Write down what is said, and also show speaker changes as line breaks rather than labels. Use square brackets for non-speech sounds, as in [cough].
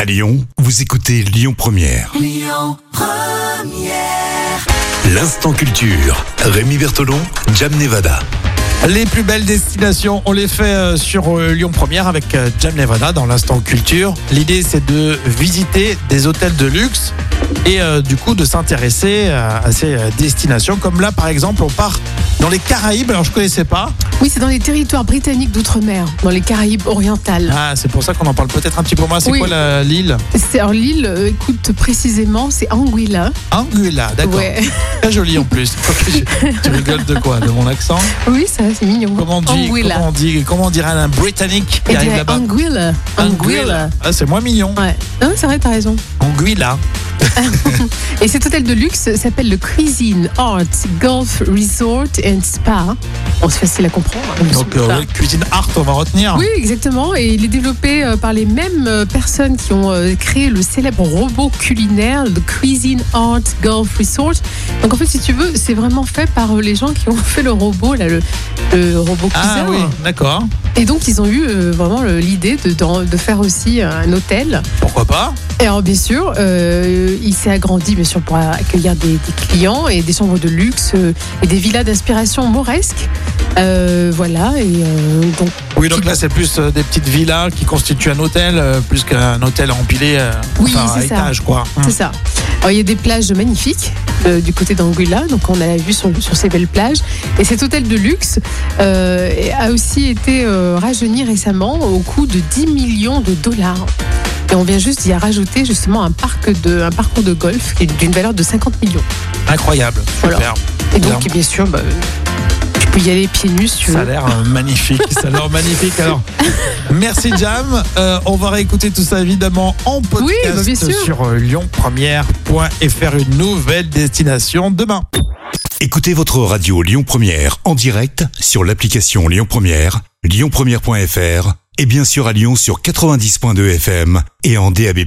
À Lyon, vous écoutez Lyon Première. Lyon Première. L'instant culture. Rémi Bertolon, Jam Nevada.
Les plus belles destinations, on les fait euh, sur euh, Lyon Première avec euh, Jam Nevada dans l'instant culture. L'idée c'est de visiter des hôtels de luxe et euh, du coup de s'intéresser euh, à ces euh, destinations. Comme là par exemple, on part dans les Caraïbes. Alors je connaissais pas.
Oui, c'est dans les territoires britanniques d'outre-mer, dans les Caraïbes orientales.
Ah, c'est pour ça qu'on en parle peut-être un petit peu moins. C'est
Oui.
quoi la- l'île
C'est alors l'île, euh, écoute précisément, c'est Anguilla.
Anguilla, d'accord.
Ouais. [laughs]
Très joli en plus. tu rigoles de quoi De mon accent
Oui, ça, c'est mignon.
Comment on dit
Anguilla.
Comment on dit Comment on dirait un Britannique qui
Et
arrive
dirait
là-bas
Anguilla. Anguilla.
Ah, c'est moins mignon.
Ouais. Non, c'est vrai, t'as raison.
Anguilla.
Et cet hôtel de luxe s'appelle le Cuisine Arts Golf Resort and Spa. Bon, c'est facile à comprendre. hein, il me
Donc,
semble
euh,
pas.
ouais, cuisine art, on va retenir.
Oui, exactement. Et il est développé euh, par les mêmes euh, personnes qui ont euh, créé le célèbre robot culinaire, le Cuisine Art Golf Resort. Donc en fait, si tu veux, c'est vraiment fait par euh, les gens qui ont [laughs] fait le robot, là, le, le robot
ah
cuiseur.
oui, d'accord.
Et donc, ils ont eu euh, vraiment euh, l'idée de, d'en- de faire aussi euh, un hôtel.
Pourquoi pas
Et alors, bien sûr, euh, il s'est agrandi, bien sûr, pour accueillir des, des clients et des chambres de luxe euh, et des villas d'inspiration mauresque. Euh, voilà, et euh, donc
Oui, donc là, c'est plus euh, des petites villas qui constituent un hôtel, euh, plus qu'un hôtel empilé euh,
Oui,
enfin, à
c'est ça.
étage, quoi.
C'est ça. Alors, il y a des plages magnifiques euh, du côté d'Anguilla, donc on a la vue sur, sur ces belles plages. Et cet hôtel de luxe euh, a aussi été euh, rajeuni récemment au coût de 10 millions de dollars. Et on vient juste d'y rajouter justement un, parc de, un parcours de golf qui est d'une valeur de 50 millions.
Hum, Incroyable.
Voilà.
Super.
Et
Bien.
donc, bien sûr, bah, tu peux y aller pieds nus si tu
Ça a
veux.
l'air euh, magnifique. ça a
[laughs]
l'air magnifique. Alors, merci Jam. Euh, on va réécouter tout ça évidemment en podcast
Oui, bah, bien sûr.
sur euh, lyonpremière.fr. Une nouvelle destination demain.
Écoutez votre radio Lyon Première en direct sur l'application Lyon Première, lyonpremière.fr et bien sûr à Lyon sur 90.2 FM et en DAB+.